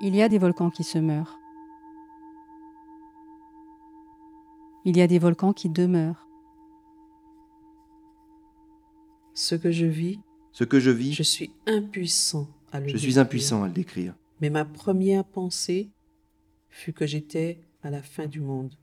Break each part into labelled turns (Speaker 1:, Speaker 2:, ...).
Speaker 1: Il y a des volcans qui se meurent. Il y a des volcans qui demeurent.
Speaker 2: Ce que je vis,
Speaker 3: Ce que je vis,
Speaker 2: je suis impuissant à le
Speaker 3: je suis
Speaker 2: décrire.
Speaker 3: impuissant à le décrire.
Speaker 2: Mais ma première pensée fut que j'étais à la fin du monde.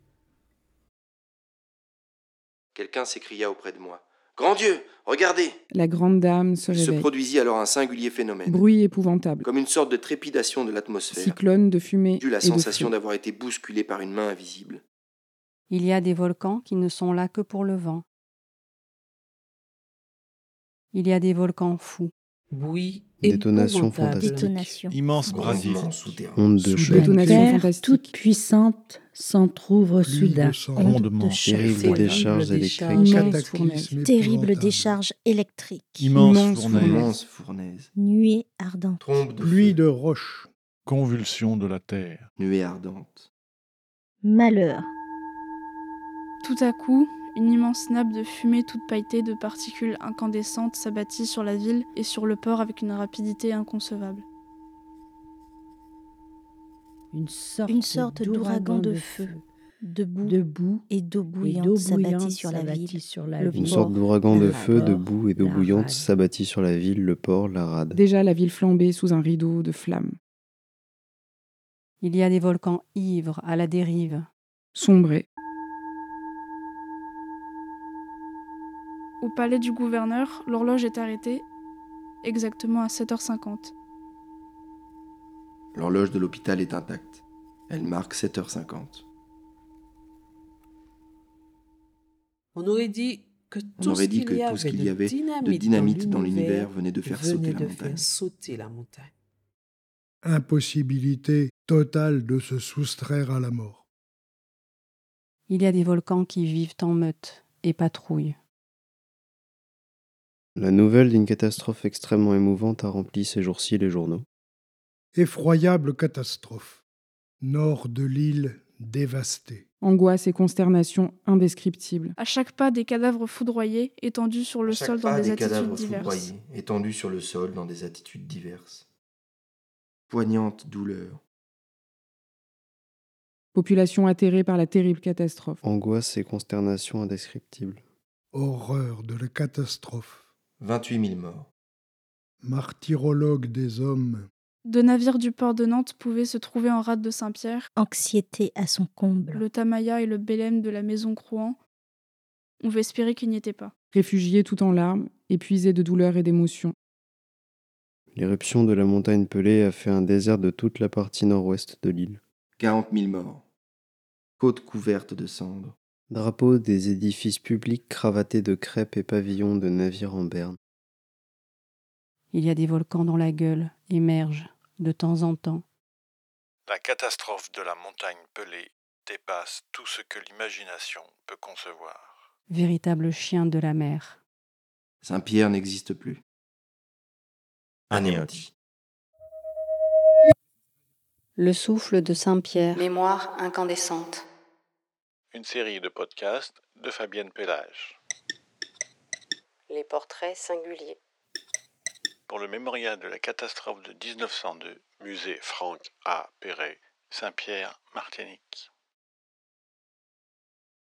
Speaker 3: Quelqu'un s'écria auprès de moi. Grand Dieu, regardez
Speaker 4: La grande dame se
Speaker 3: Il se
Speaker 4: réveille.
Speaker 3: produisit alors un singulier phénomène,
Speaker 4: Bruit épouvantable.
Speaker 3: comme une sorte de trépidation de l'atmosphère,
Speaker 4: Cyclone de fumée
Speaker 3: due la
Speaker 4: et de
Speaker 3: sensation
Speaker 4: feu.
Speaker 3: d'avoir été bousculé par une main invisible.
Speaker 1: Il y a des volcans qui ne sont là que pour le vent. Il y a des volcans fous.
Speaker 2: Bouillie
Speaker 5: Détonation
Speaker 2: épouvantable.
Speaker 5: fantastique.
Speaker 6: Détonation.
Speaker 7: Immense brasier.
Speaker 8: Grandement souterrain.
Speaker 5: Onde de
Speaker 7: Soudain.
Speaker 5: choc.
Speaker 9: La
Speaker 4: Détonation
Speaker 9: terre
Speaker 4: fantastique.
Speaker 9: toute puissante s'entr'ouvre
Speaker 7: Pluie de
Speaker 9: soudain.
Speaker 7: sang,
Speaker 9: Onde
Speaker 7: grondement.
Speaker 9: de choc.
Speaker 5: Terrible
Speaker 2: Terrible
Speaker 5: décharge
Speaker 2: décharge.
Speaker 5: électrique.
Speaker 7: Cataclysme
Speaker 6: Terrible
Speaker 7: épouvantable.
Speaker 6: décharge électrique.
Speaker 7: Immense,
Speaker 4: Immense
Speaker 7: fournaise.
Speaker 3: Immense fournaise,
Speaker 6: Nuée ardente.
Speaker 8: Trombe de
Speaker 7: Pluie
Speaker 8: feu.
Speaker 7: de roches. Convulsion de la terre.
Speaker 3: nuée ardente.
Speaker 6: Malheur.
Speaker 10: Tout à coup, une immense nappe de fumée toute pailletée de particules incandescentes s'abattit sur la ville et sur le port avec une rapidité inconcevable.
Speaker 9: Une sorte,
Speaker 6: Une sorte d'ouragan de feu. De boue
Speaker 9: De boue
Speaker 6: et d'eau
Speaker 9: et
Speaker 6: bouillante
Speaker 9: d'eau
Speaker 6: s'abattit
Speaker 9: bouillante
Speaker 6: sur la
Speaker 9: s'abattit
Speaker 6: ville.
Speaker 9: sur la
Speaker 6: Le
Speaker 9: ville.
Speaker 5: Une
Speaker 6: port,
Speaker 5: sorte d'ouragan de
Speaker 9: la
Speaker 5: feu, de
Speaker 9: rade,
Speaker 5: boue et d'eau
Speaker 9: la
Speaker 5: bouillante
Speaker 9: rade.
Speaker 5: s'abattit sur la ville, le port, la rade.
Speaker 4: Déjà la ville flambée sous un rideau de flammes.
Speaker 1: Il y a des volcans ivres à la dérive.
Speaker 4: Sombrée.
Speaker 10: Au palais du gouverneur, l'horloge est arrêtée exactement à 7h50.
Speaker 3: L'horloge de l'hôpital est intacte. Elle marque 7h50.
Speaker 2: On aurait dit que
Speaker 3: On
Speaker 2: tout
Speaker 3: aurait
Speaker 2: ce
Speaker 3: dit
Speaker 2: qu'il
Speaker 3: que
Speaker 2: y
Speaker 3: tout ce
Speaker 2: avait
Speaker 3: qu'il y
Speaker 2: de
Speaker 3: avait de
Speaker 2: dynamite,
Speaker 3: dynamite dans l'univers venait de faire
Speaker 2: venait
Speaker 3: sauter la
Speaker 2: de
Speaker 3: montagne.
Speaker 2: faire sauter la montagne.
Speaker 7: Impossibilité totale de se soustraire à la mort.
Speaker 1: Il y a des volcans qui vivent en meute et patrouillent.
Speaker 5: La nouvelle d'une catastrophe extrêmement émouvante a rempli ces jours-ci les journaux.
Speaker 7: Effroyable catastrophe. Nord de l'île dévastée.
Speaker 4: Angoisse et consternation indescriptibles.
Speaker 10: À chaque pas, des cadavres foudroyés étendus sur le
Speaker 3: À chaque
Speaker 10: sol dans
Speaker 3: pas,
Speaker 10: des, attitudes
Speaker 3: cadavres
Speaker 10: diverses.
Speaker 3: foudroyés, étendus sur le sol dans des attitudes diverses. Poignante douleur,
Speaker 4: Population atterrée par la terrible catastrophe.
Speaker 5: Angoisse et consternation indescriptibles.
Speaker 7: Horreur de la catastrophe.
Speaker 3: 28 000 morts.
Speaker 7: Martyrologue des hommes.
Speaker 10: Deux navires du port de Nantes pouvaient se trouver en rade de Saint-Pierre,
Speaker 6: Anxiété à son comble.
Speaker 10: le Tamaya et le Bélem de la maison Crouan. On veut espérer qu'il n'y était pas.
Speaker 4: Réfugiés tout en larmes, épuisés de douleur et d'émotion.
Speaker 5: L'éruption de la montagne Pelée a fait un désert de toute la partie nord-ouest de l'île.
Speaker 3: 40 000 morts. Côte couverte de cendres.
Speaker 5: Drapeaux des édifices publics cravatés de crêpes et pavillons de navires en berne.
Speaker 1: Il y a des volcans dont la gueule émerge de temps en temps.
Speaker 11: La catastrophe de la montagne Pelée dépasse tout ce que l'imagination peut concevoir.
Speaker 1: Véritable chien de la mer.
Speaker 3: Saint-Pierre n'existe plus. Anéanti.
Speaker 1: Le souffle de Saint-Pierre. Mémoire incandescente.
Speaker 11: Une série de podcasts de Fabienne Pellage.
Speaker 12: Les portraits singuliers.
Speaker 11: Pour le mémorial de la catastrophe de 1902, musée Franck A. Perret, Saint-Pierre, Martinique.